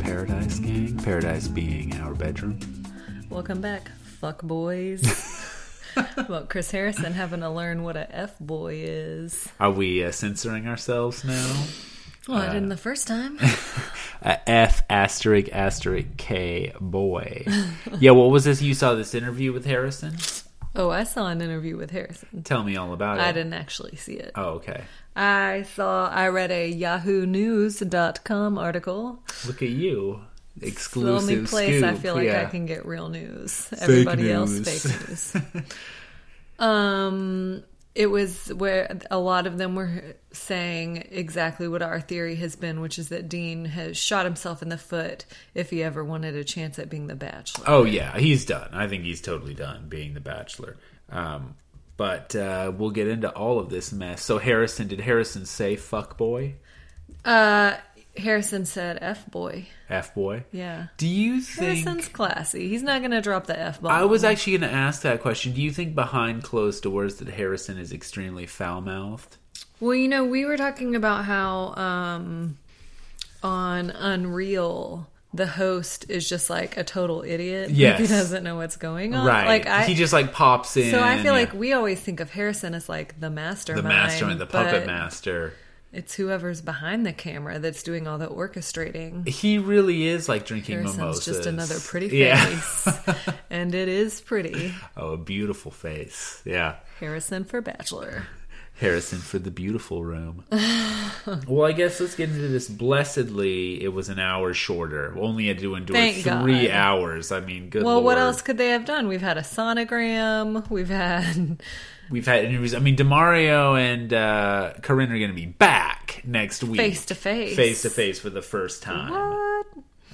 Paradise Gang. Paradise being our bedroom. Welcome back, fuck boys. About Chris Harrison having to learn what a f boy is. Are we uh, censoring ourselves now? Well, I didn't the first time. A Uh, F asterisk asterisk K boy. yeah, what was this? You saw this interview with Harrison? Oh, I saw an interview with Harrison. Tell me all about it. I didn't actually see it. Oh, okay. I saw. I read a Yahoo YahooNews.com article. Look at you. The Exclusive only place I scoop. feel like I Yeah. can get real news. Everybody news. else fake news. um, it was where a lot of them were saying exactly what our theory has been, which is that Dean has shot himself in the foot if he ever wanted a chance at being the Bachelor. Oh yeah, he's done. I think he's totally done being the bachelor. Um, but uh, we'll get into all of this mess. So Harrison, did Harrison say "fuck boy," Uh, Harrison said, "F boy." "f boy"? Yeah, Do you think? Harrison's classy. He's not going to drop the F bomb. I was actually going to ask that question. Do you think behind closed doors that Harrison is extremely foul mouthed? Well, you know, we were talking about how um, on Unreal, the host is just like a total idiot. Yes. he doesn't know what's going on. Right. Um, Like I. he just like pops in. so I feel yeah. like we always think of Harrison as like the the mastermind, mastermind, the puppet but master. It's whoever's behind the camera that's doing all the orchestrating. He really is like drinking Harrison's mimosas. just another pretty Yeah. face, and it is pretty. oh, a beautiful face. Yeah. Harrison for Bachelor. Harrison for the beautiful room. well, I guess let's get into this. Blessedly, it was an hour shorter. Only had to endure Thank three God. hours. I mean, good. Well, what Lord. else could they have done? We've had a sonogram. We've had We've had interviews. I mean, Demario and uh, Corinne are going to be back next week, face to face. face to face for the first time. What?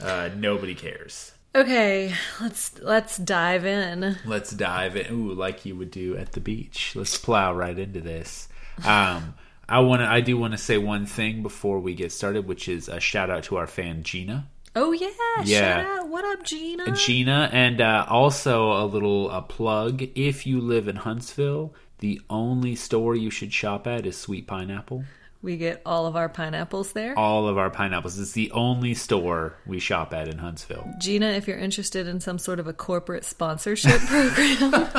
Uh, nobody cares. Okay, let's let's dive in. Let's dive in. Ooh, like you would do at the beach. Let's plow right into this. Um, I want to. I do want to say one thing before we get started, which is a shout out to our fan Gina. Oh yeah, Yeah. shout out. What up, Gina? Gina, and uh, also a little a plug. If you live in Huntsville, the only store you should shop at is Sweet Pineapple. we get all of our pineapples there. All of our pineapples. It's the only store we shop at in Huntsville. Gina, if you're interested in some sort of a corporate sponsorship program,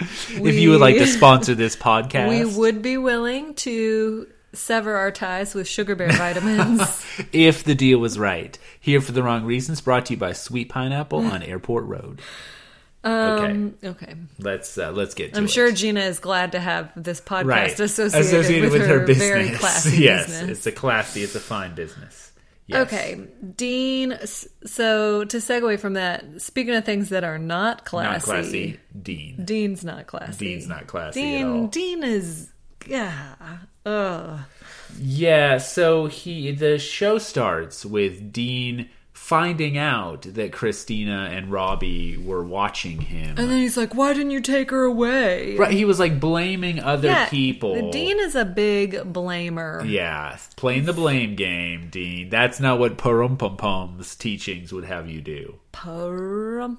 if you would like to sponsor this podcast, we would be willing to sever our ties with Sugar Bear Vitamins. if the deal was right. Here for the wrong reasons. Brought to you by Sweet Pineapple on Airport Road. okay, okay, let's uh, let's get. To Um, I'm it. sure Gina is glad to have this podcast right associated, with, her, very classy yes, business. it's a classy. It's a fine business. Yes. Okay, Dean. s- So to segue from that, speaking of things that are not classy, Not classy, Dean. Dean's not classy. Dean's not classy at Dean. all. Dean is yeah. Ugh. Yeah, so he the show starts with Dean finding out that Christina and Robbie were watching him. And then he's like, "Why didn't you take her away?" right, he was like blaming other Yeah, people. Dean is a big blamer. yeah, playing the blame game, Dean. That's not what Purum Pum Pum's teachings would have you do. Pum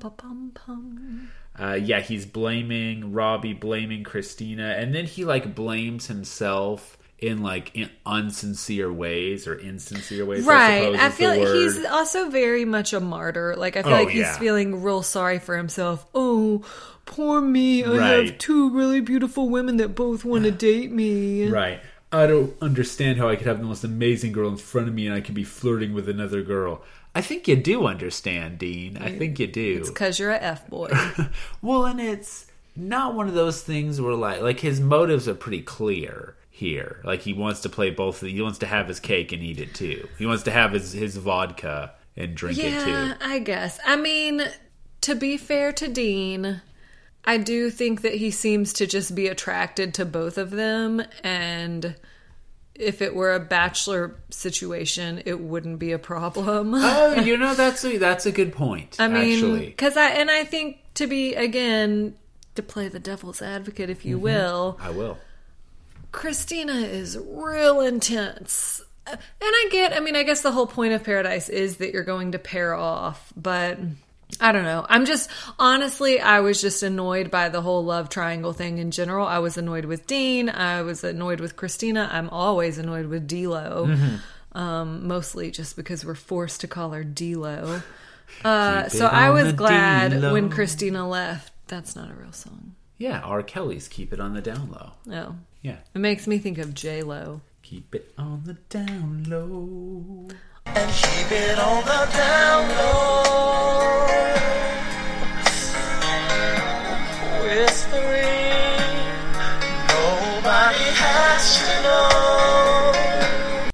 Uh, yeah, he's blaming Robbie, blaming Christina, and then he like blames himself in like in unsincere ways or insincere ways. I, Right. suppose I is the feel like word. he's also very much a martyr. Like I feel Oh, like he's yeah. feeling real sorry for himself. Oh, poor me. I Right. have two really beautiful women that both want to date me. Right. I don't understand how I could have the most amazing girl in front of me and I could be flirting with another girl. I think you do understand, Dean. I think you do. Cause you're a f boy. Well, and it's not one of those things where like like his motives are pretty clear here. Like he wants to play both. He wants to have his cake and eat it too. He wants to have his his vodka and drink it yeah, too. I guess. I mean, to be fair to Dean, I do think that he seems to just be attracted to both of them, and if it were a bachelor situation, it wouldn't be a problem. Oh, you know that's a that's a good point. I mean, actually, because I and I think to be again to play the devil's advocate, if you will, I will. Christina is real intense. Uh, And I get, I mean, I guess the whole point of paradise is that you're going to pair off, but I don't know. I'm just, honestly, I was just annoyed by the whole love triangle thing in general. I was annoyed with Dean. I was annoyed with Christina. I'm always annoyed with D Lo. um, mostly just because we're forced to call her D-Lo. Uh, so I was glad when Christina left. That's not a real song. Yeah, R. Kelly's Keep It on the Down Low. No. Yeah. It makes me think of J-Lo. Keep it on the down low. and keep it on the down low. Whispering, nobody has to know.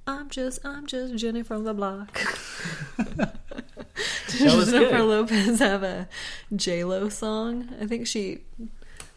I'm just, I'm just Jenny from the block. That was Jennifer good. Lopez have a J-Lo song? I think she,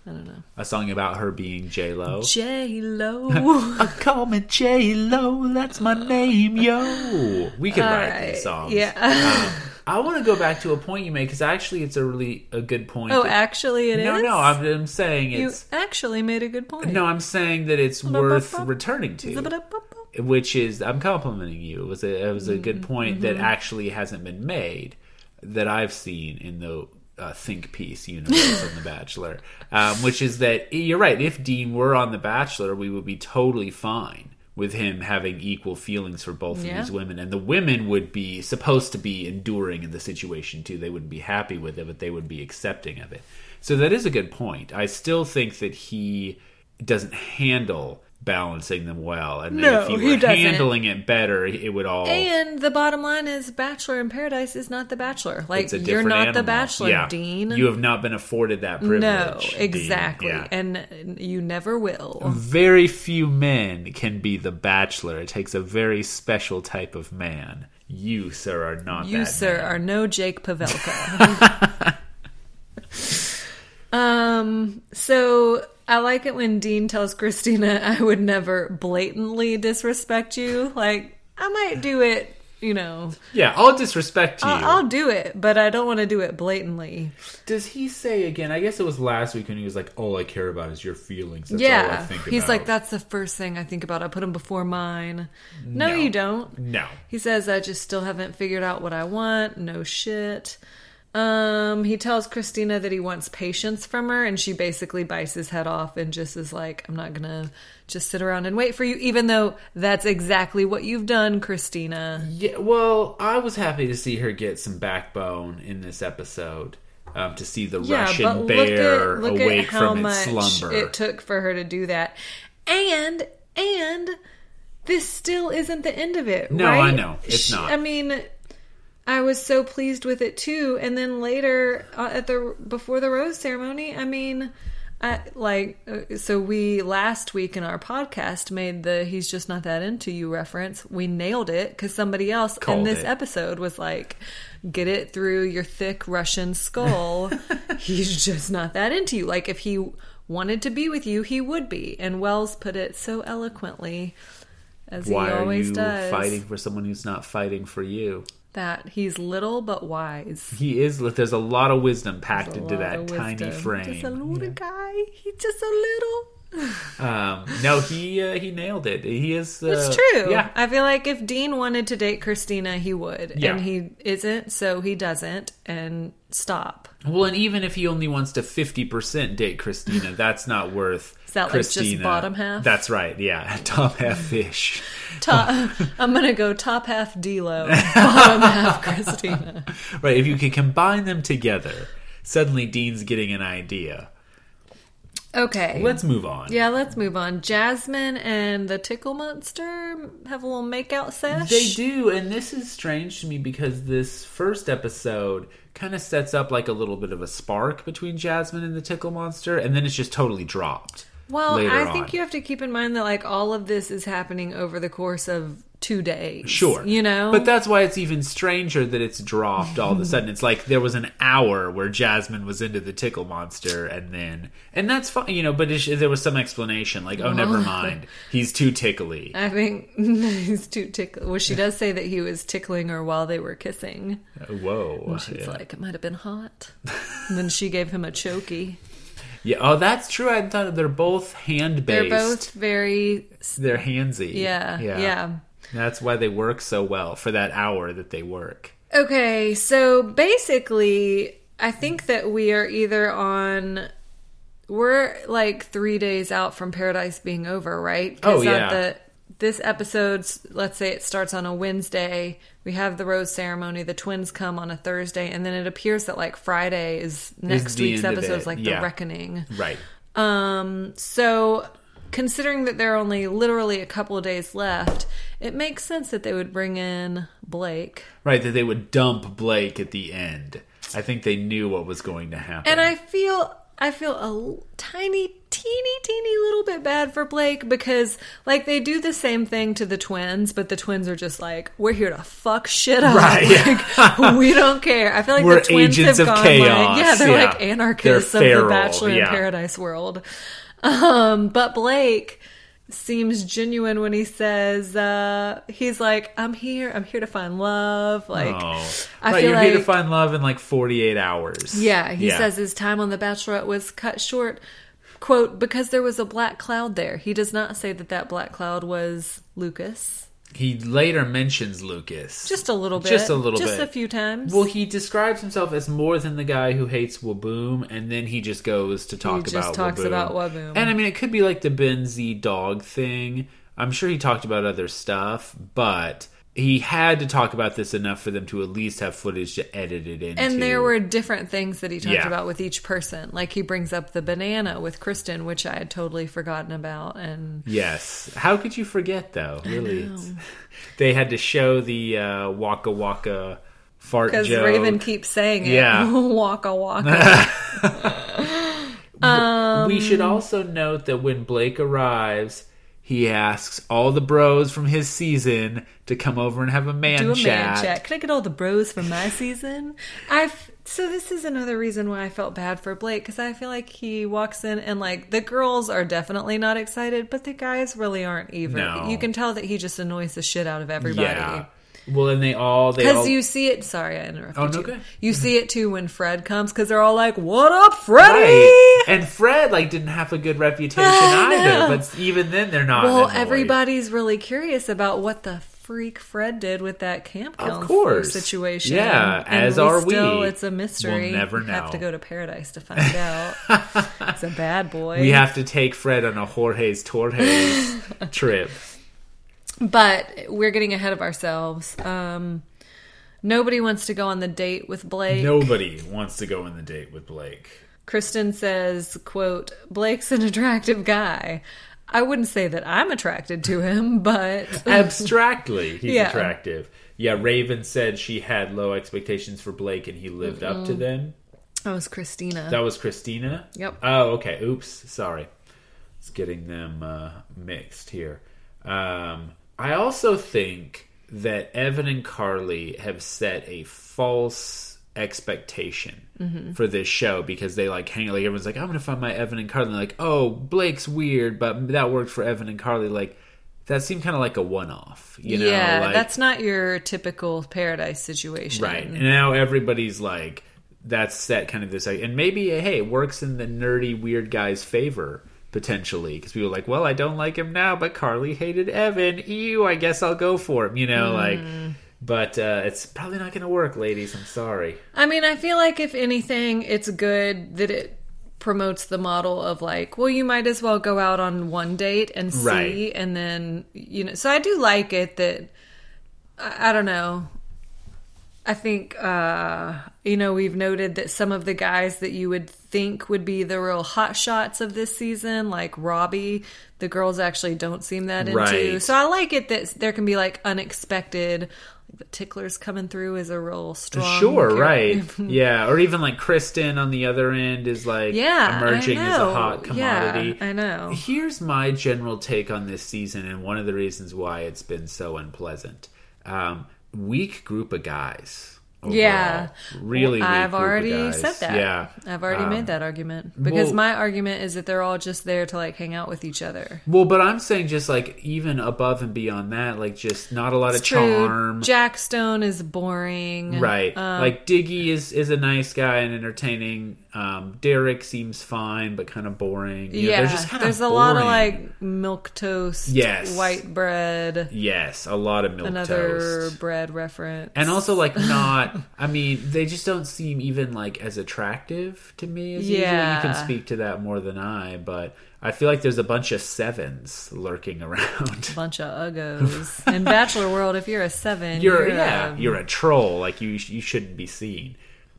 I don't know. A song about her being J Lo. J-Lo. I call me J Lo. That's my name, yo. We could write right. these songs. Yeah. Um, I want to go back to a point you made because actually it's a really a good point. oh, actually it is. no, no, I'm, I'm saying You it's actually made a good point. no, I'm saying that it's worth returning to, Zip-a-dup-bup-bup. which is I'm complimenting you. It was a it was a good point that actually hasn't been made that I've seen in the uh, think piece universe on The Bachelor, um, which is that you're right. If Dean were on The Bachelor, we would be totally fine. With him having equal feelings for both Yeah. of these women, and the women would be supposed to be enduring in the situation too. They wouldn't be happy with it, but they would be accepting of it. So that is a good point. I still think that he doesn't handle balancing them well, and No, that if he he were doesn't. handling it better, it would all. And the bottom line is Bachelor in Paradise is not the Bachelor. Like it's a you're different not the animal. Bachelor, Yeah. Dean. You have not been afforded that privilege. no, Dean. exactly. Yeah. And you never will. very few men can be the bachelor. It takes a very special type of man. You, sir, are not. You, that sir, man. are no Jake Pavelka. um, so I like it when Dean tells Christina, I would never blatantly disrespect you. Like, I might do it, you know, Yeah, I'll disrespect you. I'll, I'll do it, but I don't want to do it blatantly. Does he say again? I guess it was last week when he was like, "All I care about is your feelings." That's all I yeah. think He's about." like, that's the first thing I think about. I put him before mine. No, No. you don't. No, He says, I just still haven't figured out what I want. No shit. Um, he tells Christina that he wants patience from her, and she basically bites his head off and just is like, I'm not gonna just sit around and wait for you, even though that's exactly what you've done, Christina. Yeah, well, I was happy to see her get some backbone in this episode. Um, to see the Yeah, but Russian look bear at look awake at how from its much slumber. it took for her to do that, and and this still isn't the end of it. No, I right? know. It's She- not. I mean, I was so pleased with it too, and then later uh, at the before the rose ceremony, I mean. I, like uh, so we last week in our podcast made the he's just not that into you reference we nailed it because somebody else in Called this it. episode was like get it through your thick russian skull he's just not that into you like if he wanted to be with you he would be and wells put it so eloquently as Why he are always you does fighting for someone who's not fighting for you? that he's little but wise He is. There's a lot of wisdom packed A into lot that of tiny wisdom. just a frame. little guy he's just a little Um, no, he uh, he nailed it. He is. Uh, It's true. Yeah, I feel like if Dean wanted to date Christina, he would. Yeah. And he isn't, so he doesn't. And stop. Well, and even if he only wants to fifty percent date Christina, that's not worth. that, like, just Christina. bottom half? That's right. Yeah, top half fish. Top, Oh. I'm going to go top half D-Lo, bottom half Christina. right. If you could combine them together, suddenly Dean's getting an idea. Okay. Let's move on. yeah, let's move on. Jasmine and the Tickle Monster have a little makeout sesh. They do, and this is strange to me because this first episode kind of sets up like a little bit of a spark between Jasmine and the Tickle Monster, and then it's just totally dropped. Well, later I think on. you have to keep in mind that like all of this is happening over the course of two days. Sure. You know? But that's why it's even stranger that it's dropped all of a sudden. It's like there was an hour where Jasmine was into the tickle monster and then and that's fine, you know, but it's, there was some explanation like, oh, never mind. He's too tickly. I think he's too tickle. Well, she does say that he was tickling her while they were kissing. Whoa. She's Oh, Yeah. like, it might have been hot. And then she gave him a chokey. Yeah, oh, that's true. I thought they're both They're hand-based. both very, They're handsy. yeah, yeah, That's why they work so well for that hour that they work. Okay, so basically, I think that we are either on. We're like three days out from Paradise being over, right? 'Cause Oh, yeah. At this episode, let's say it starts on a Wednesday. We have the rose ceremony. The twins come on a Thursday, and then it appears that like Friday is next the week's end of episode, is it, like yeah. the reckoning. Right. Um, so considering that there are only literally a couple of days left, it makes sense that they would bring in Blake. Right, that they would dump Blake at the end. I think they knew what was going to happen. And I feel I feel a l- tiny teeny teeny little bit bad for Blake because like they do the same thing to the twins, but the twins are just like we're here to fuck shit up. Right, yeah. Like, we don't care. I feel like We're the twins agents have of gone chaos, like yeah, they're yeah. like anarchists They're feral, of the Bachelor in yeah. Paradise world. Um, but Blake seems genuine when he says uh, he's like I'm here. I'm here to find love. Like oh. I right, feel you're here to like- find love in like 48 hours. yeah, he says his time on The Bachelorette was cut short, quote, because there was a black cloud there. He does not say that that black cloud was Lucas. He later mentions Lucas. Just a little bit. Just a little Just bit. a few times. well, he describes himself as more than the guy who hates Waboom, and then he just goes to talk just about talks Waboom. about Waboom. And I mean, it could be like the Ben Z dog thing. I'm sure he talked about other stuff, but he had to talk about this enough for them to at least have footage to edit it into. and there were different things that he talked Yeah. about with each person. Like he brings up the banana with Kristen, which I had totally forgotten about. And Yes. How could you forget though? Really, it's- they had to show the uh, Waka Waka fart because joke. Raven keeps saying it, Yeah. waka waka. we should Um, also note that when Blake arrives, he asks all the bros from his season to come over and have a man Do a chat. man chat. Can I get all the bros from my season? I've so this is another reason why I felt bad for Blake because I feel like he walks in and like the girls are definitely not excited, but the guys really aren't either. No. You can tell that he just annoys the shit out of Yeah. everybody. Well, and they all they Because all you see it. Sorry, I interrupted Oh, no you. good. You see it too when Fred comes because they're all like, "What up, Freddy?" Right. And Fred like didn't have a good reputation I know. either. But even then, they're not. Well, annoyed. everybody's really curious about what the freak Fred did with that camp Of counselor course. situation. Yeah, And as are we. Still, it's a mystery. We'll never You have know. to go to paradise to find out. it's a bad boy. We have to take Fred on a Jorge's Torres trip. but we're getting ahead of ourselves. Um, nobody wants to go on the date with Blake. Nobody wants to go on the date with Blake. Kristen says, "quote Blake's an attractive guy." I wouldn't say that I'm attracted to him, but Abstractly, he's Yeah. attractive. Yeah, Raven said she had low expectations for Blake and he lived up to Mm. them. that was Christina. That was Christina? Yep. Oh, okay. Oops. Sorry. It's getting them uh, mixed here. Um, I also think that Evan and Carly have set a false expectation Mm-hmm. for this show because they like hang like everyone's like I'm gonna find my Evan and Carly and they're like oh Blake's weird but that worked for Evan and Carly like that seemed kind of like a one off you know yeah, like, that's not your typical paradise situation. Right. And now everybody's like, that's that kind of this. And maybe, hey, it works in the nerdy, weird guy's favor, potentially. Because people are like, well, I don't like him now, but Carly hated Evan. Ew, I guess I'll go for him. You know, like, but uh, it's probably not going to work, ladies. I'm sorry. I mean, I feel like if anything, it's good that it promotes the model of like, well, you might as well go out on one date and see, Right. and then you know. So I do like it that I, I don't know. I think uh, you know we've noted that some of the guys that you would think would be the real hot shots of this season, like Robbie, the girls actually don't seem that into. Right. So I like it that there can be like unexpected. The tickler's coming through is a real strong. Sure, character. right. yeah. Or even like Kristen on the other end is like Yeah, emerging I as know. a hot commodity. Yeah, I know. Here's my general take on this season, and one of the reasons why it's been so unpleasant. Um, weak group of guys. overall. Yeah. really. weak I've group of already guys. said that. Yeah, Um, I've already made that argument because well- my argument is that they're all just there to like hang out with each other. Well, but I'm saying just like even above and beyond that, like just not a lot of charm. Jack Stone is boring. Right, Um, like Diggy is is a nice guy and entertaining. Um, Derek seems fine, but kind of boring. You know, yeah, they're just kinda there's a lot of boring. like milk toast, Yes. white bread, yes, a lot of milk another toast. bread reference, and also like not i mean they just don't seem even like as attractive to me as usual you Yeah. can speak to that more than i but i feel like there's a bunch of sevens lurking around bunch of uggos. In Bachelor World, if you're a seven, you're you're yeah a- you're a troll like you sh- you shouldn't be seen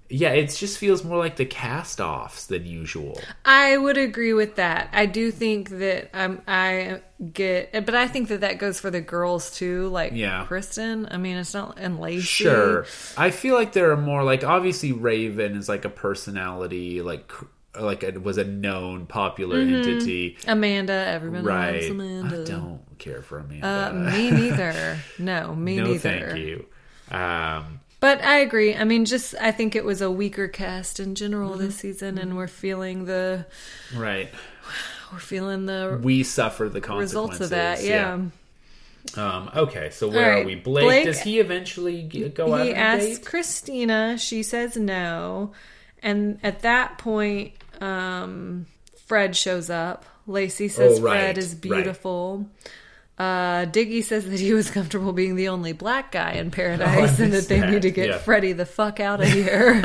yeah it just feels more like the cast-offs than usual I would agree with that. I do think that um, I get, but I think that that goes for the girls too. Like Yeah. Kristen. I mean, it's not and Lacey. sure i feel like there are more like obviously raven is like a personality like cr- like it was a known popular entity Amanda. Everybody right loves Mm-hmm. Amanda. i don't care for amanda Uh, me neither. No, me no, neither. thank you. Um, But I agree. I mean, just I think it was a weaker cast in general Mm-hmm. this season, and we're feeling the right. we're feeling the We suffer the consequences. results of that. Yeah. Yeah. Um, okay, so where All are right, we? Blake, Blake- does he eventually g- go out on He a asks date? Christina. She says no, and at that point, um, Fred shows up. Lacey says Oh, right, Fred is right. beautiful. Uh, Diggy says that he was comfortable being the only black guy in paradise, Oh, I and that missed they that, need to get yeah. Freddie the fuck out of here.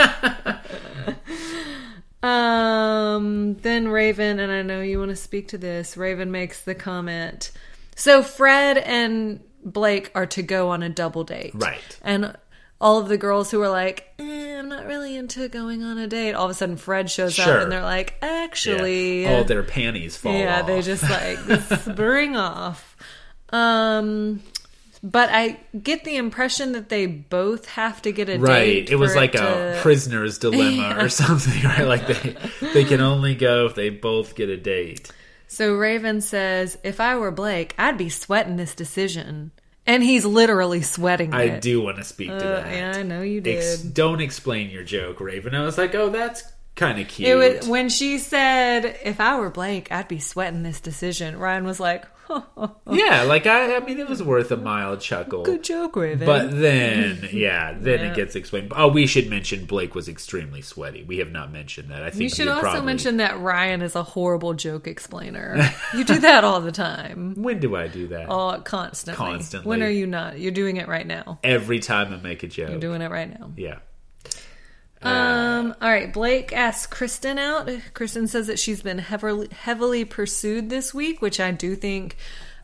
Um, then Raven, and I know you want to speak to this. Raven makes the comment. So Fred and Blake are to go on a double date. Right. And all of the girls who are like, eh, I'm not really into going on a date, all of a sudden Fred shows Sure. up and they're like, Yeah. actually. All their panties fall yeah, off. they just like spring off. Um, but I get the impression that they both have to get a Right, date. it was for like to- a prisoner's dilemma or something, right? Like they they can only go if they both get a date. So Raven says, "If I were Blake, I'd be sweating this decision." And he's literally sweating I it. do want to speak to Uh, that. yeah, I know you did. Ex- don't explain your joke, Raven. I was like, oh, that's kind of cute. it was when she said, "If I were Blake, I'd be sweating this decision." Ryan was like, yeah, like I, I mean, it was worth a mild chuckle. "Good joke, Raven." But then, yeah, then it gets explained. Oh, we should mention Blake was extremely sweaty. We have not mentioned that. I think you should you're also probably- mention that Ryan is a horrible joke explainer. you do that all the time, When do I do that? all constantly. Constantly. When are you not? You're doing it right now. Every time I make a joke. You're doing it right now. yeah. Um, all right, Blake asks Kristen out. Kristen says that she's been heavily, heavily pursued this week, which I do think,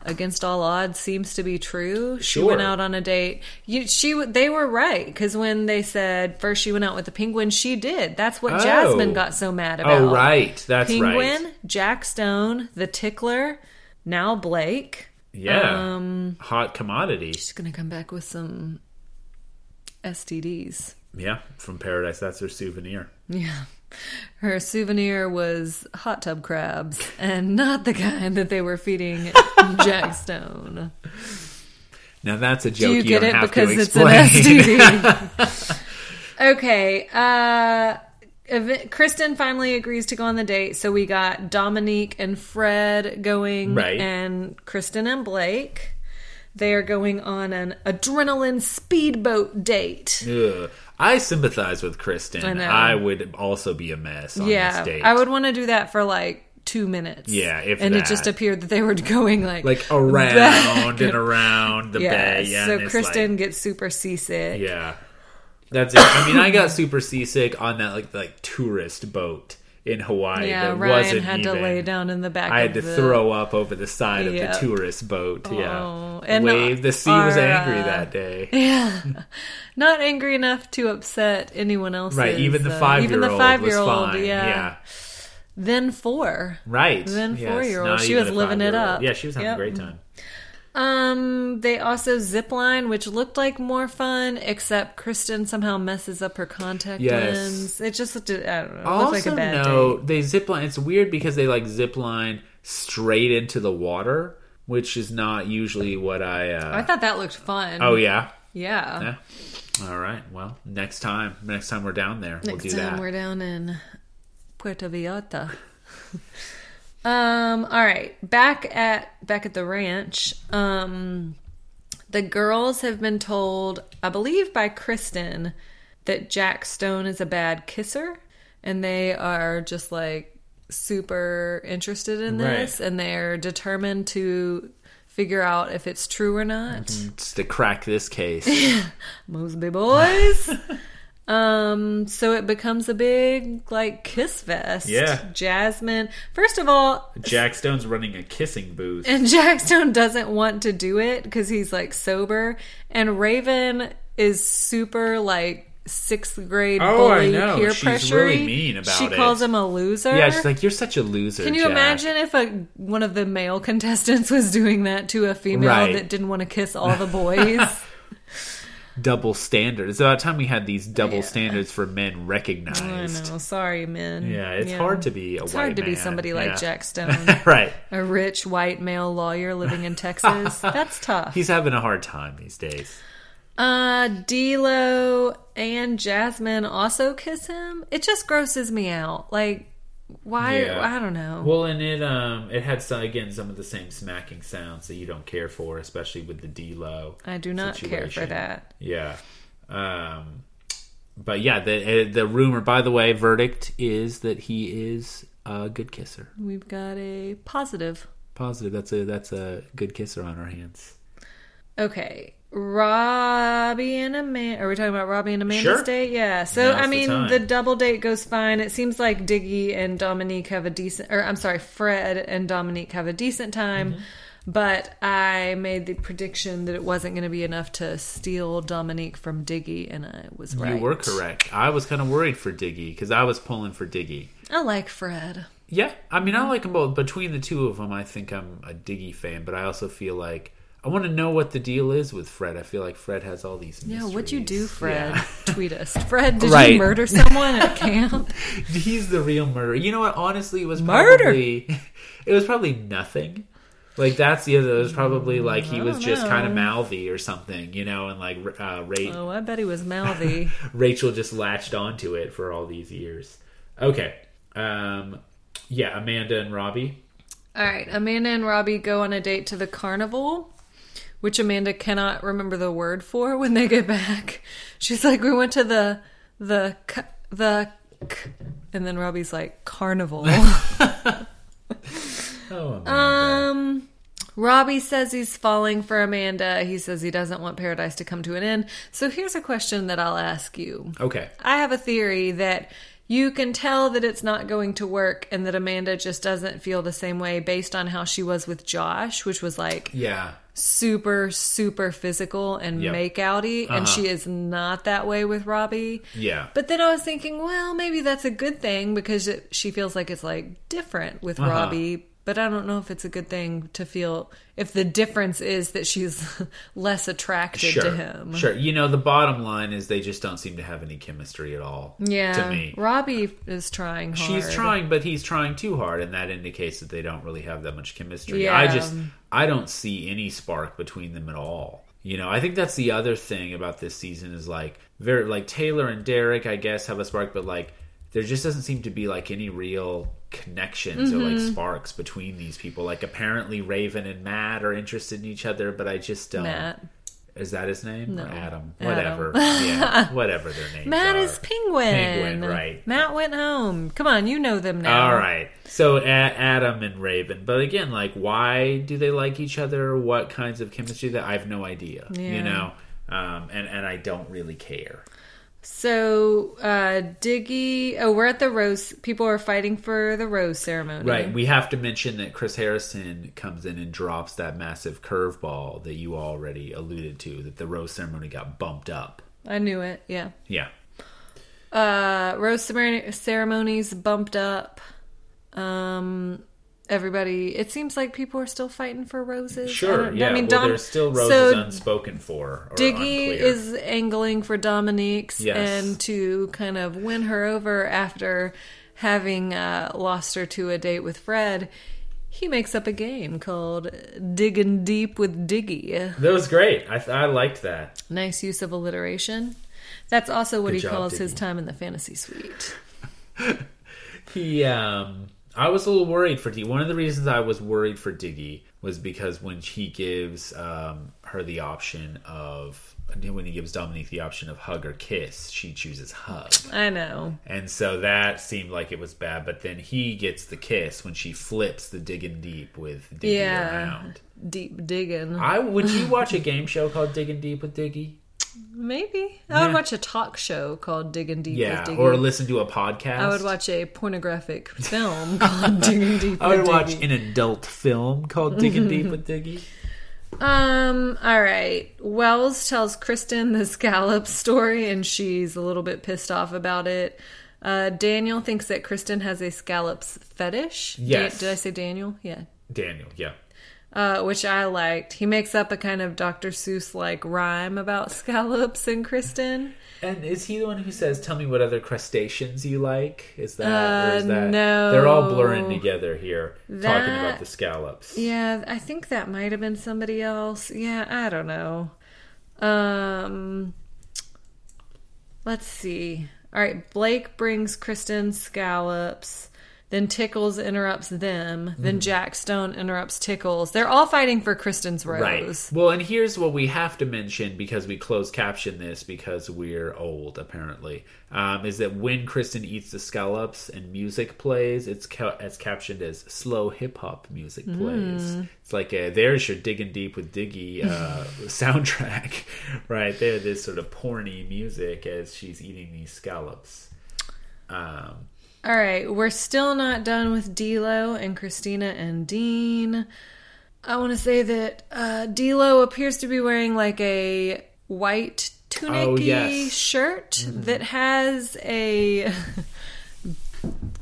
against all odds, seems to be true. She Sure. went out on a date. You, she, w- they were right because when they said first she went out with the penguin, she did. That's what Oh. Jasmine got so mad about. Oh, right. That's Penguin, right. Jack Stone, the tickler, now Blake. Yeah. Um, Hot commodity. She's gonna come back with some STDs. Yeah. From Paradise. That's their souvenir. Yeah. Her souvenir was hot tub crabs and not the kind that they were feeding Jack Stone. Now, that's a joke Do you get don't it have because to it's an explain. STD? okay. Uh, ev- Kristen finally agrees to go on the date. So we got Dominique and Fred going, Right. and Kristen and Blake. They are going on an adrenaline speedboat date. Ugh. I sympathize with Kristen. know. I, would also be a mess on yeah, this date. I would want to do that for like two minutes. Yeah, if and that. it just appeared that they were going like like around and around the yeah. bay. Yeah, and so it's Kristen gets super seasick. Yeah, that's it. I mean, I got super seasick on that like like tourist boat in Hawaii. Yeah, that Ryan wasn't had even, to lay down in the back. I of had to the, throw up over the side Yeah. of the tourist boat. yeah, Oh, and Wave- the sea was our, angry uh, that day. Not angry enough to upset anyone else. Right, even the five five uh, even year the old five was year old. fine. Yeah. Yeah. then four. right. Then Yes, four-year-old. not She even was a living it five-year-old. up. Yeah, she was having Yep. a great time. Um, they also zip line, which looked like more fun, except Kristen somehow messes up her contact Yes. lens. It just looked, I don't know, it Also, looked like a bad no, date. they zip line. It's weird because they like zip line straight into the water, which is not usually what I. Uh, I thought that looked fun. oh yeah, yeah. Yeah. All right. Well, next time, next time we're down there, we'll Next do time that. we're down in Puerto Vallarta. um. All right. Back at back at the ranch. Um. The girls have been told, I believe, by Kristen, that Jack Stone is a bad kisser, and they are just like super interested in Right. this and they're determined to figure out if it's true or not. It's Mm, to crack this case. Mosby boys. um, so it becomes a big like kiss fest. Yeah. Jasmine. First of all, Jack Stone's running a kissing booth. and Jack Stone doesn't want to do it because he's like sober, and Raven is super like sixth grade Oh, I bully know. peer She's pressure. really mean about she it. calls him a loser. Yeah, she's like, you're such a loser. Can you Jack." imagine if a one of the male contestants was doing that to a female Right. that didn't want to kiss all the boys? double standards? It's about time we had these double standards for men I recognized. know. Sorry, men. Yeah, it's hard to be a It's white hard to be man. somebody Yeah. like Jack Stone, right. a rich white male lawyer living in Texas. That's tough. He's having a hard time these days. Uh, D'Lo and Jasmine also kiss him. It just grosses me out. Like, why? Yeah. I don't know. Well, and it um it had some, again some of the same smacking sounds that you don't care for, especially with the D low. I do not care for situation. that. Yeah. Um, but yeah, the uh, the rumor, by the way, verdict is that he is a good kisser. We've got a positive. Positive. That's a that's a good kisser on our hands. Okay. Robbie and Amanda. Are we talking about Robbie and Amanda's Sure. date? Yeah. So, Now's I the mean, time. the, double date goes fine. It seems like Diggy and Dominique have a decent, or I'm sorry, Fred and Dominique have a decent time. Mm-hmm. But I made the prediction that it wasn't going to be enough to steal Dominique from Diggy, and I was right. You were correct. I was kind of worried for Diggy because I was pulling for Diggy. I like Fred. Yeah, I mean, I like them both. Between the two of them, I think I'm a Diggy fan, but I also feel like I want to know what the deal is with Fred. I feel like Fred has all these. Yeah, mysteries. what'd you do, Fred? Yeah. Tweet us. Fred, did Right. you murder someone at camp? He's the real murderer. You know what? Honestly, it was Murder. probably it was probably nothing. Like that's the other. It was probably like he was just kind of mouthy or something, you know, and like uh, Ra- Oh, I bet he was mouthy. Rachel just latched onto it for all these years. Okay, um, yeah, Amanda and Robbie. All right, Amanda and Robbie go on a date to the carnival, which Amanda cannot remember the word for when they get back. She's like, "We went to the the c- the," c-" and then Robbie's like, "Carnival." Oh, Amanda. um, Robbie says he's falling for Amanda. He says he doesn't want paradise to come to an end. So here's a question that I'll ask you. okay. I have a theory that you can tell that it's not going to work and that Amanda just doesn't feel the same way based on how she was with Josh, which was like Yeah. super, super physical and Yep. Uh-huh. make makeouty, and she is not that way with Robbie. Yeah. But then I was thinking, well, maybe that's a good thing because it, she feels like it's like different with Uh-huh. Robbie. But I don't know if it's a good thing to feel if the difference is that she's less attracted sure. to him. Sure. You know, the bottom line is they just don't seem to have any chemistry at all. Yeah, To me. Robbie is trying. Hard. She's trying, but he's trying too hard, and that indicates that they don't really have that much chemistry. I Yeah. just, I don't see any spark between them at all. You know, I think that's the other thing about this season is like, very like Taylor and Derek, I guess, have a spark, but like, there just doesn't seem to be like any real connections or Mm-hmm. like sparks between these people. Like, apparently Raven and Matt are interested in each other, but I just don't. Matt. Is that his name? Or No. Adam. Adam. Whatever. yeah. Whatever their names Matt are. is penguin. Penguin, right. Matt went home. Come on, you know them now. All right. So a- Adam and Raven. But again, like why do they like each other? What kinds of chemistry that I have no idea. Yeah. You know? Um and, and I don't really care. So uh Diggy oh we're at the rose people are fighting for the rose ceremony. Right. We have to mention that Chris Harrison comes in and drops that massive curveball that you already alluded to, that the rose ceremony got bumped up. I knew it, yeah. Yeah. Uh rose ceremony ceremonies bumped up. Um everybody it seems like people are still fighting for roses. I Sure. don't- Yeah. I mean well, Dom- there's still roses so unspoken for. Or Diggy unclear. is angling for Dominique's Yes. and to kind of win her over after having uh, lost her to a date with Fred. He makes up a game called Digging Deep with Diggy. That was great. I, I liked that. Nice use of alliteration. That's also what Good he job, calls his Diggy. time in the fantasy suite. He, um, I was a little worried for Diggy. One of the reasons I was worried for Diggy was because when he gives um, her the option of when he gives Dominique the option of hug or kiss, she chooses hug. I know. And so that seemed like it was bad, but then he gets the kiss when she flips the digging deep with Diggy Yeah. around. Deep digging. I would you watch a game show called Digging Deep with Diggy? Maybe. I would watch a talk show called Digging Deep Yeah, with Diggy. or listen to a podcast. I would watch a pornographic film called Digging Deep I would with watch Diggy. an adult film called Digging Deep with Diggy. Um, all right. Wells tells Kristen the scallop story and she's a little bit pissed off about it. Uh, Daniel thinks that Kristen has a scallops fetish. Da- Yes. did I say Daniel? Yeah. Daniel, yeah. Uh, which I liked. He makes up a kind of Dr. Seuss like rhyme about scallops and Kristen. And is he the one who says, "Tell me what other crustaceans you like"? Is that? or is Uh, that no. They're all blurring together here, talking That- about the scallops. Yeah, I think that might have been somebody else. Yeah, I don't know. Um Let's see. All right, Blake brings Kristen scallops. Then Tickles interrupts them. Then Jack Stone interrupts Tickles. They're all fighting for Kristen's rose. Right. Well, and here's what we have to mention because we closed caption this because we're old, apparently. Um, is that when Kristen eats the scallops and music plays, it's ca- it's captioned as slow hip hop music plays. It's like a, there's your digging deep with Diggy uh, soundtrack, right there. This sort of porny music as she's eating these scallops. Um, All right, we're still not done with D'Lo and Christina and Dean. I want to say that uh, D'Lo appears to be wearing like a white tunic Oh, yes. Mm-hmm. shirt that has a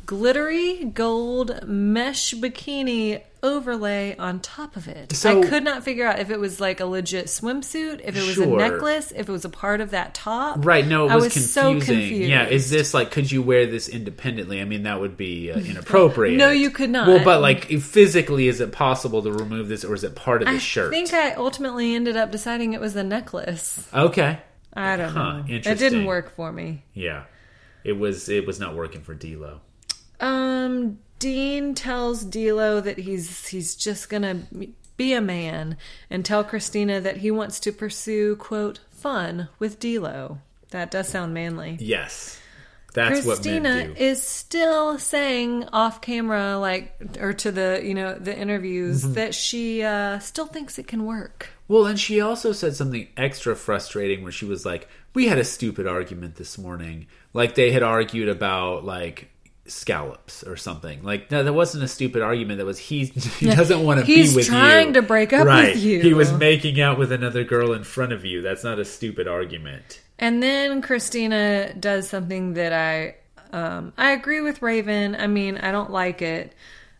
glittery gold mesh bikini overlay on top of it. So- I could not figure out if it was like a legit swimsuit, if it was Sure. a necklace, if it was a part of that top. Right. No, it I was, was so confusing. Yeah. Is confused. this like, could you wear this independently? I mean, that would be uh, inappropriate. No, you could not. Well, but like if- physically, is it possible to remove this or is it part of the I shirt? think I ultimately ended up deciding it was a necklace. okay. I don't Huh, know. It interesting. didn't work for me. Yeah. It was, it was not working for D'Lo. Um, Dean tells D'Lo that he's he's just gonna be a man and tell Christina that he wants to pursue quote fun with D'Lo. That does sound manly. Yes. That's what Christina men do. is still saying off camera, like or to the you know the interviews Mm-hmm. that she uh, still thinks it can work. Well, and she also said something extra frustrating where she was like, "We had a stupid argument this morning. Like they had argued about like scallops or something. Like no, that wasn't a stupid argument. That was he. He doesn't want to be with He's you. trying to break up with right. you. He was making out with another girl in front of you. That's not a stupid argument. And then Christina does something that I um, I agree with Raven. I mean, I don't like it.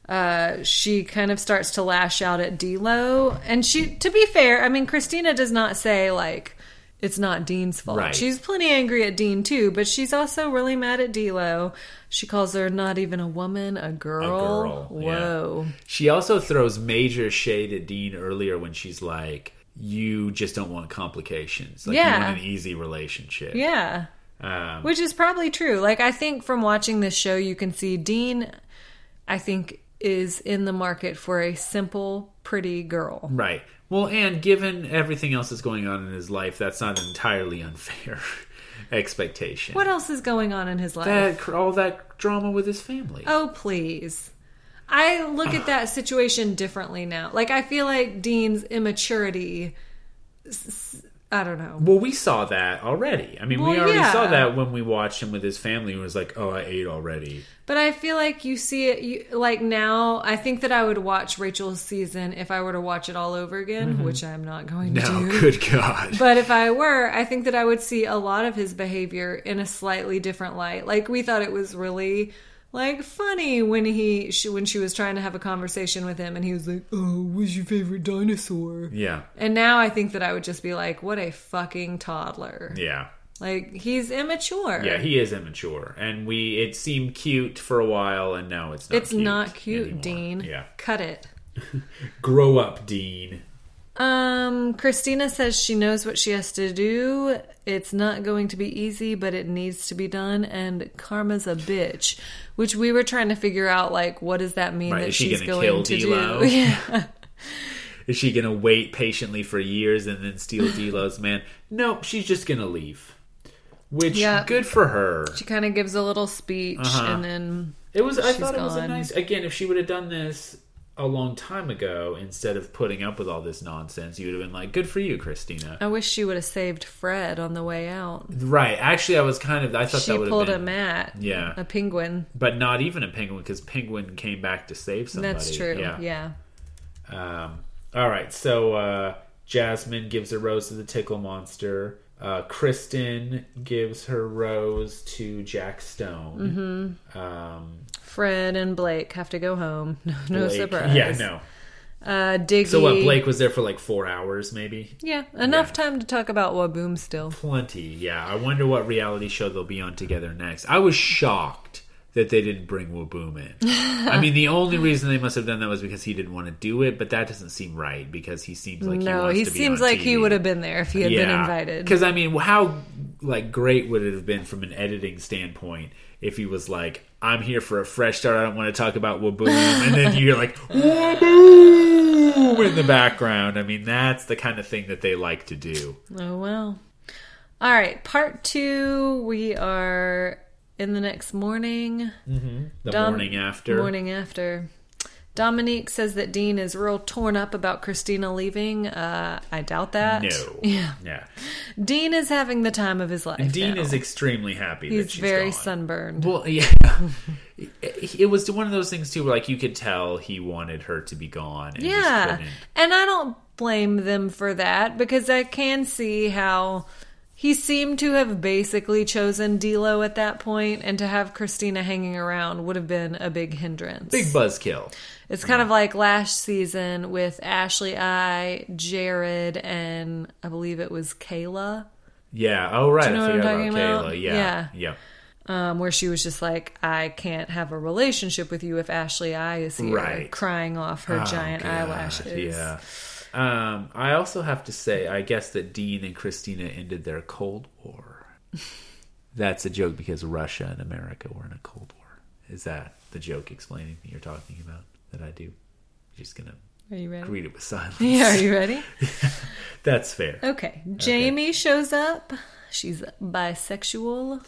Uh, she kind of starts to lash out at D'Lo, and she, to be fair, I mean, Christina does not say like it's not Dean's fault. Right. She's plenty angry at Dean too, but she's also really mad at D'Lo. She calls her not even a woman, a girl. girl, yeah. Whoa. She also throws major shade at Dean earlier when she's like, "You just don't want complications. Like you Yeah. want an easy relationship. Yeah. Um, Which is probably true. Like I think from watching this show you can see Dean I think is in the market for a simple, pretty girl. Right. Well, and given everything else that's going on in his life, that's not an entirely unfair expectation. What else is going on in his life? that cr- all that drama with his family. oh, please. I look at that situation differently now. Like I feel like Dean's immaturity s- I don't know. Well, we saw that already. I mean, we Well, already yeah. saw that when we watched him with his family. It was like, "Oh, I ate already." But I feel like you see it you, like now. I think that I would watch Rachel's season if I were to watch it all over again, which I'm not going to Mm-hmm. No, do. good God. But if I were, I think that I would see a lot of his behavior in a slightly different light. Like we thought it was really like funny when he she, when she was trying to have a conversation with him and he was like, "Oh, what's your favorite dinosaur?" yeah, And now I think that I would just be like, "What a fucking toddler." yeah, Like he's immature. yeah. He is immature, and we it seemed cute for a while, and now it's not. it's not cute, anymore. Dean. Yeah, Cut it. grow up, Dean. Um, Christina says she knows what she has to do. It's not going to be easy, but it needs to be done. And karma's a bitch, which we were trying to figure out, like, what does that mean Right, that is she she's gonna going kill to D-Lo? do? Yeah. Is she gonna wait patiently for years and then steal D'Lo's man? Nope, she's just gonna leave. Which Yeah. good for her. She kind of gives a little speech Uh-huh. and then It was. I She's thought it was a gone. nice. Again, if she would have done this a long time ago instead of putting up with all this nonsense, you would have been like, "Good for you, Christina." I wish she would have saved Fred on the way out. Right. Actually, I was kind of. I thought She that would pulled have been. a mat, Yeah. a penguin. but not even a penguin because penguin came back to save somebody. That's true. Yeah. Um, all right, so uh, Jasmine gives a rose to the tickle monster. Uh, Kristen gives her rose to Jack Mm-hmm, Stone. Um, Fred and Blake have to go home. No, no Blake- surprise. Yeah, no. Uh, Diggy. So what? Blake was there for like four hours, maybe. Yeah, enough time to talk about Waboom still. Plenty. Yeah. I wonder what reality show they'll be on together next. I was shocked that they didn't bring Waboom in. I mean, the only reason they must have done that was because he didn't want to do it, but that doesn't seem right because he seems like he no, wants he to be seems on like he TV. would have been there if he had been invited. Because I mean, how like great would it have been from an editing standpoint if he was like, "I'm here for a fresh start. I don't want to talk about Waboom," and then you're like Waboom in the background. I mean, that's the kind of thing that they like to do. Oh well. All right, part two. We are in the next morning. The Dom- morning after, Morning after. Dominique says that Dean is real torn up about Christina leaving. Uh, I doubt that. no, Yeah. yeah. Dean is having the time of his life. Dean now. is extremely happy. that He's she's very gone. sunburned. Well, yeah. It it was one of those things too, where like you could tell he wanted her to be gone. And just Yeah. couldn't. And I don't blame them for that because I can see how he seemed to have basically chosen D'Lo at that point, and to have Christina hanging around would have been a big hindrance. big buzzkill. It's kind of like last season with Ashley I, Jared, and I believe it was Kayla, Yeah. Oh, right. know I what I'm forgot talking about Kayla. about? Yeah. Yeah. Yeah. um, where she was just like, "I can't have a relationship with you if Ashley I is here," Right. Oh, crying off her giant God, eyelashes. Yeah. Um, I also have to say, I guess that Dean and Christina ended their Cold War. That's a joke because Russia and America were in a Cold War. Is that the joke explaining that you're talking about that I do? You're just gonna Are you ready? read it with silence. Yeah, are you ready? That's fair. Okay. Jamie shows up. She's bisexual.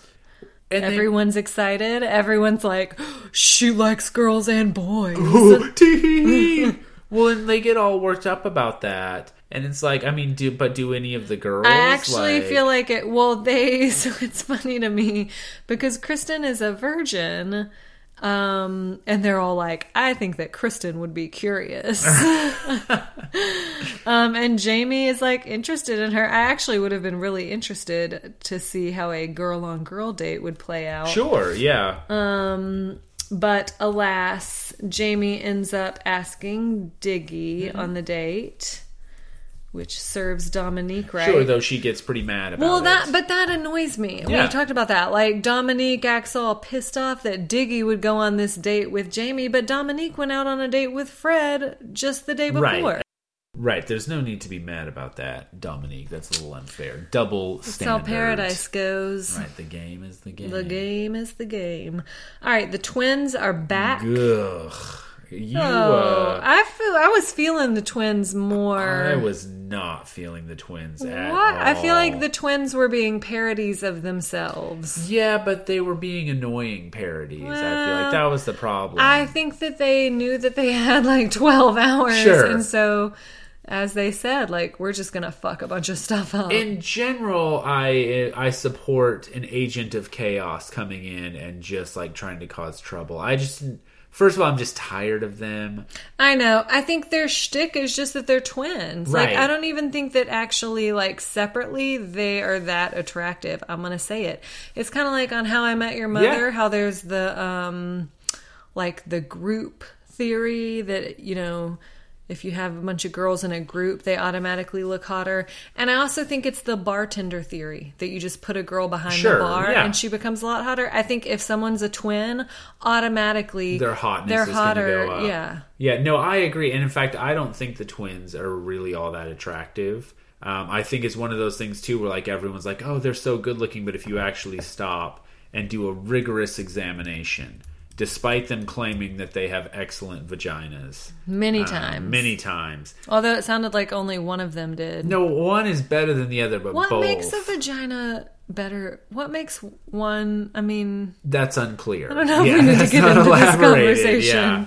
And they- Everyone's excited. Everyone's like, she likes girls and boys. Ooh, tee-hee. well, and they get all worked up about that, and it's like, I mean, do but do any of the girls? I actually feel like it. Well, they. So it's funny to me because Kristen is a virgin. Um, and they're all like, I think that Kristen would be curious. um, and Jamie is like interested in her. I actually would have been really interested to see how a girl on girl date would play out. sure, yeah. Um, But alas, Jamie ends up asking Diggy Mm-hmm. on the date, which serves Dominique right. Sure, though she gets pretty mad about well, it. that but that annoys me. Yeah. We talked about that. Like Dominique acts all pissed off that Diggy would go on this date with Jamie, but Dominique went out on a date with Fred just the day before. Right. right. There's no need to be mad about that, Dominique. That's a little unfair. Double That's how standard. paradise goes. Right. The game is the game. The game is the game. All right, the twins are back. Ugh. You. Oh, uh, I feel I was feeling the twins more. I was not feeling the twins at What? I feel like all. the twins were being parodies of themselves. Yeah, but they were being annoying parodies. I feel like Well, that was the problem. I think that they knew that they had like 12 hours. Sure. And so, as they said, like, we're just going to fuck a bunch of stuff up. in general, I I support an agent of chaos coming in and just like trying to cause trouble. I just first of all, I'm just tired of them. I know. I think their shtick is just that they're twins. Right. Like, I don't even think that actually, like, separately, they are that attractive. I'm going to say it. It's kind of like on How I Met Your Mother, Yeah. how there's the, um, like, the group theory that, you know, if you have a bunch of girls in a group, they automatically look hotter. And I also think it's the bartender theory that you just put a girl behind Sure, the bar yeah. and she becomes a lot hotter. I think if someone's a twin, automatically their hotness they're is hotter. gonna go up. Yeah. Yeah, no, I agree. And in fact, I don't think the twins are really all that attractive. Um, I think it's one of those things too where like everyone's like, "Oh, they're so good looking," but if you actually stop and do a rigorous examination, despite them claiming that they have excellent vaginas, Many um, times. many times, Although it sounded like only one of them did. no one is better than the other, but what both. makes a vagina better? What makes one? I mean, that's unclear. I I don't know if we need to get into this conversation. Yeah.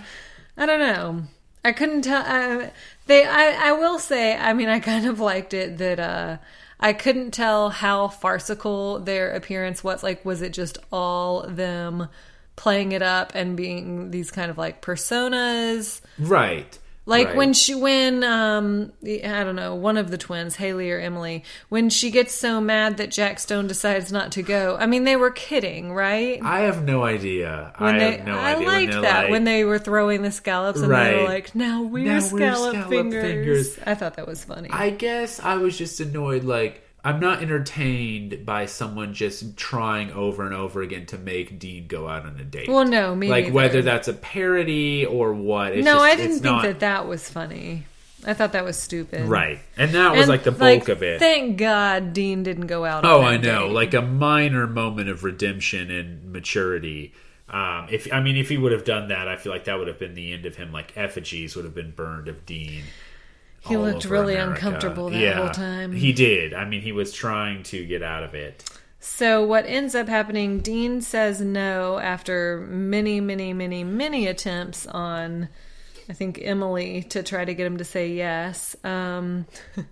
I don't know. I couldn't tell. I, they. I. I will say. I mean, I kind of liked it that. uh I couldn't tell how farcical their appearance was. Like, was it just all them playing it up and being these kind of like personas? Right. Like right. when she, when um, the- I don't know, one of the twins, Haley or Emily, when she gets so mad that Jack Stone decides not to go. I mean, they were kidding, right? I have no idea. When I they, have no I idea. liked when they're that like, when they were throwing the scallops and they were Right. like, "Now we're, Now we're scallop, scallop fingers. fingers. I thought that was funny. I guess I was just annoyed. Like, I'm not entertained by someone just trying over and over again to make Dean go out on a date. well, no, me like neither. whether that's a parody or what. It's no, just- I it's didn't think not- that that was funny. I thought that was stupid. Right, and that was And, like the bulk of it. Thank God Dean didn't go out. oh, on I that know, date. like a minor moment of redemption and maturity. Um, if I mean, if he would have done that, I feel like that would have been the end of him. Like effigies would have been burned of Dean. He all looked over really America. uncomfortable that Yeah, whole time. He did. I mean, he was trying to get out of it. So what ends up happening, Dean says no after many, many, many, many attempts on I think Emily to try to get him to say yes. Um,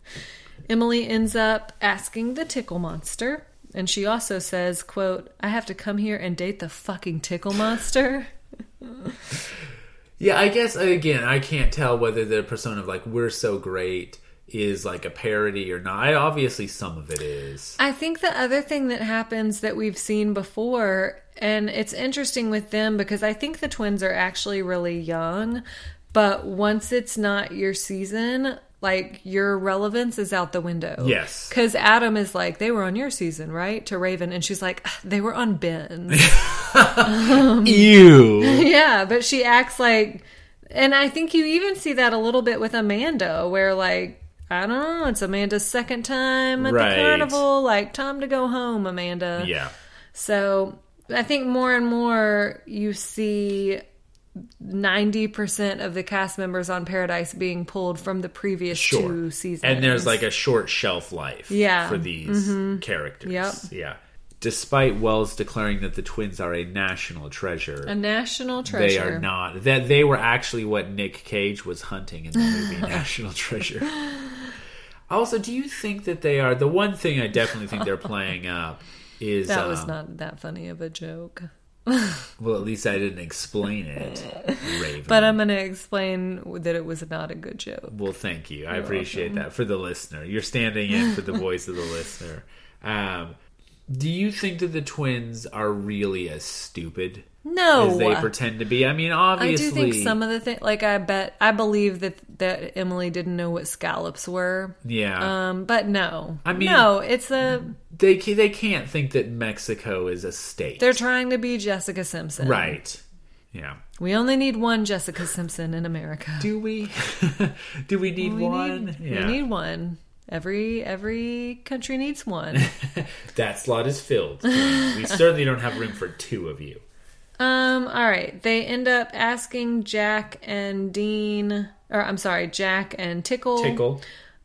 Emily ends up asking the tickle monster and she also says, quote, I have to come here and date the fucking tickle monster. Yeah, I guess again, I can't tell whether the persona of like we're so great is like a parody or not. I, obviously, some of it is. I think the other thing that happens that we've seen before, and it's interesting with them because I think the twins are actually really young, but once it's not your season, like your relevance is out the window. Yes. Because Adam is like, they were on your season, right? To Raven. And she's like, they were on Ben's. Ew. Yeah, but she acts like, and I think you even see that a little bit with Amanda, where like, I don't know, it's Amanda's second time at Right. the carnival, like, time to go home, Amanda. yeah. So I think more and more you see 90% of the cast members on Paradise being pulled from the previous Sure. two seasons. And there's like a short shelf life Yeah. Mm-hmm. for these characters. Yep. Yeah. Despite Wells declaring that the twins are a national treasure, a national treasure. they are not. That they were actually what Nick Cage was hunting in the movie National Treasure. Also, do you think that they are the one thing I definitely think they're playing up is That um, was not that funny of a joke. Well, at least I didn't explain it, Raven. But I'm going to explain that it was not a good joke. well, thank you. I appreciate that for the listener. You're standing in for the voice of the listener. Um, do you think that the twins are really as stupid No. as they pretend to be? I mean, obviously, I do think some of the things, like I bet, I believe that that Emily didn't know what scallops were. yeah, Um, but no, I mean- no, it's a they ca- they can't think that Mexico is a state. they're trying to be Jessica Simpson. right. Yeah. We only need one Jessica Simpson in America. Do we? do we need we one? Need, yeah. We need one. Every every country needs one. that slot is filled. we certainly don't have room for two of you. um. All right. They end up asking Jack and Dean, or I'm sorry, Jack and Tickle.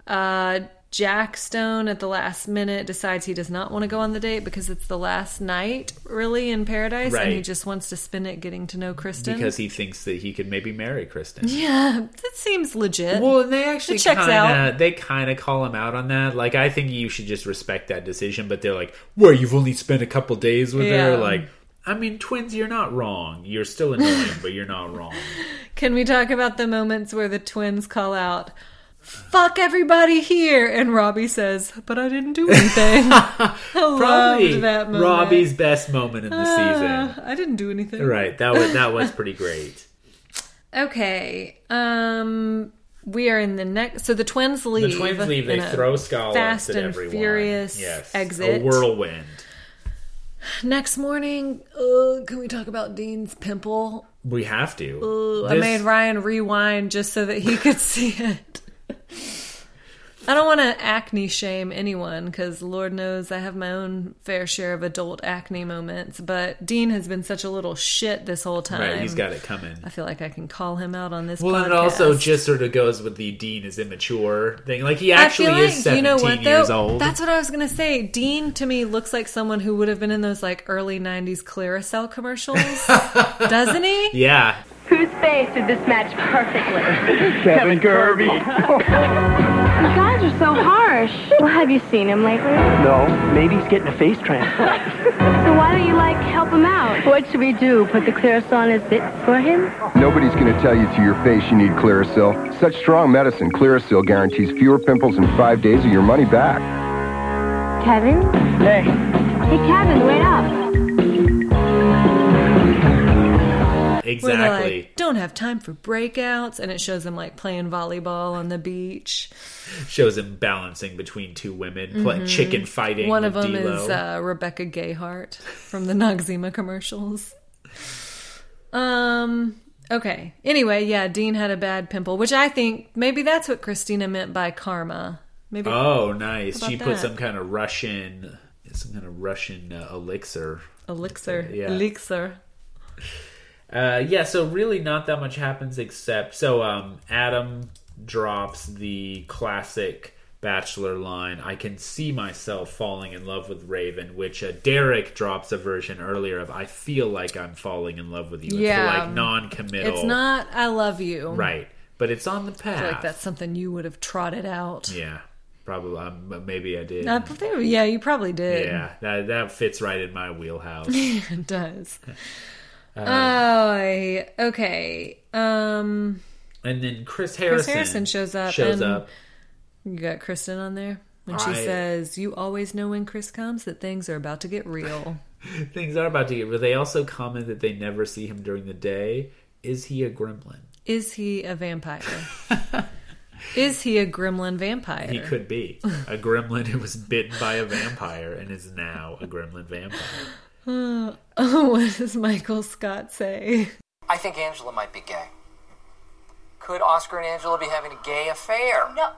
Uh, Jack Stone at the last minute decides he does not want to go on the date because it's the last night, really, in paradise, and he Right. just wants to spend it getting to know Kristen. because he thinks that he could maybe marry Kristen. yeah, that seems legit. Well, and they actually It checks kinda, out. they kind of call him out on that. Like, I think you should just respect that decision. But they're like, "Where you've only spent a couple days with Yeah. her." Like, I mean, twins, you're not wrong. You're still annoying, but you're not wrong. Can we talk about the moments where the twins call out, "Fuck everybody here," and Robbie says, "But I didn't do anything." I Probably loved that moment. Robbie's best moment in the Uh, season. I didn't do anything. Right. That was that was pretty great. Okay. Um We are in the next. So the twins leave. The twins leave. They in a throw scallops fast at and everyone. furious yes, exit. A whirlwind. Next morning, uh, can we talk about Dean's pimple? We have to. Ooh, I This- made Ryan rewind just so that he could see it. I don't want to acne shame anyone because Lord knows I have my own fair share of adult acne moments, but Dean has been such a little shit this whole time. Right, he's got it coming. I feel like I can call him out on this. Well, podcast. and it also just sort of goes with the Dean is immature thing. Like he actually is you seventeen know what, years though? old. That's what I was gonna say. Dean to me looks like someone who would have been in those like early '90s Claricel commercials, doesn't he? yeah, Whose face did this match perfectly? Kevin Kirby. You guys are so harsh. Well, have you seen him lately? No, maybe he's getting a face transplant. So why don't you, like, help him out? What should we do? Put the Clarisol on his bit for him? Nobody's going to tell you to your face you need Clearasil. Such strong medicine, Clearasil guarantees fewer pimples in five days or your money back. Kevin? Hey, Hey, Kevin, wait up. Where they're exactly. like, don't have time for breakouts, and it shows them like playing volleyball on the beach. Shows him balancing between two women, pla- chicken fighting. Mm-hmm. One of with them D-Lo. is uh, Rebecca Gayhart from the Noxzema commercials. Um. Okay. Anyway, yeah, Dean had a bad pimple, which I think maybe that's what Christina meant by karma. Maybe Oh, nice! She about put that? some kind of Russian, some kind of Russian uh, elixir. elixir, Yeah. elixir. Uh, yeah, so really not that much happens except so um, Adam drops the classic Bachelor line. I can see myself falling in love with Raven, which uh, Derek drops a version earlier of. I feel like I'm falling in love with you. Yeah. it's like non-committal. It's not "I love you." right, but it's on the I feel path. like that's something you would have trotted out. yeah, probably. Um, maybe I did. I think- yeah, you probably did. yeah, that that fits right in my wheelhouse. It does. Uh, oh, okay. Um, and then Chris Harrison, Chris Harrison shows up Shows and- up. you got Kristen on there when she I- says, "You always know when Chris comes that things are about to get real." Things are about to get. But they also comment that they never see him during the day. Is he a gremlin? Is he a vampire? Is he a gremlin vampire? He could be a gremlin who was bitten by a vampire and is now a gremlin vampire. Oh, what does Michael Scott say? I think Angela might be gay. Could Oscar and Angela be having a gay affair? No.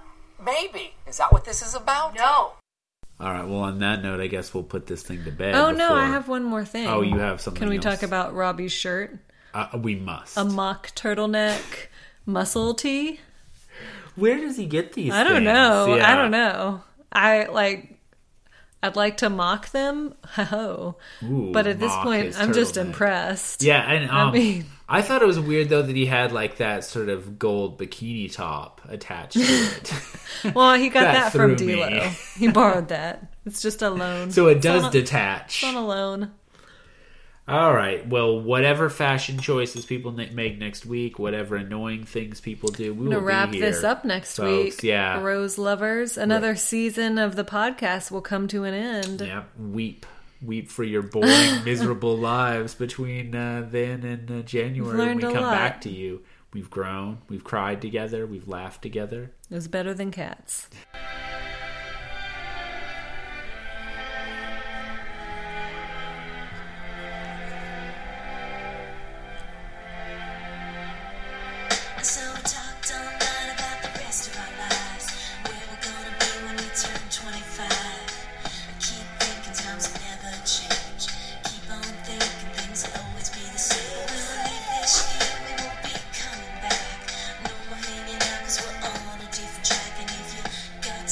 Maybe. Is that what this is about? No. All right. Well, on that note, I guess we'll put this thing to bed. Oh no, before- I have one more thing. Oh, you have something Can we else. talk about Robbie's shirt? Uh, we must. A mock turtleneck, muscle tee. Where does he get these? I don't things? know. Yeah. I don't know. I like. I'd like to mock them, ho. Ooh, But at this mock point, his I'm just turtleneck. impressed. Yeah, and um, I mean- thought it was weird though that he had like that sort of gold bikini top attached to it. Well, he got that, That from threw me. D'Lo. He borrowed that. It's just a loan. so it does on a- detach. It's on a loan. All right. Well, whatever fashion choices people ne- make next week, whatever annoying things people do, we I'm will gonna wrap be here, this up next folks. week. Yeah. Rose lovers, another season of the podcast will come to an end. Yeah, weep, weep for your boring, miserable lives between uh, then and uh, January. We've when we learned come a lot. back to you. We've grown. We've cried together. We've laughed together. It was better than cats. So we talked all night about the rest of our lives. Where we're gonna be when we turn 25. I keep thinking times will never change. Keep on thinking things will always be the same. We will leave this year, we won't be coming back. No more hanging out, cause we're all on a different track. And if you got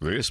This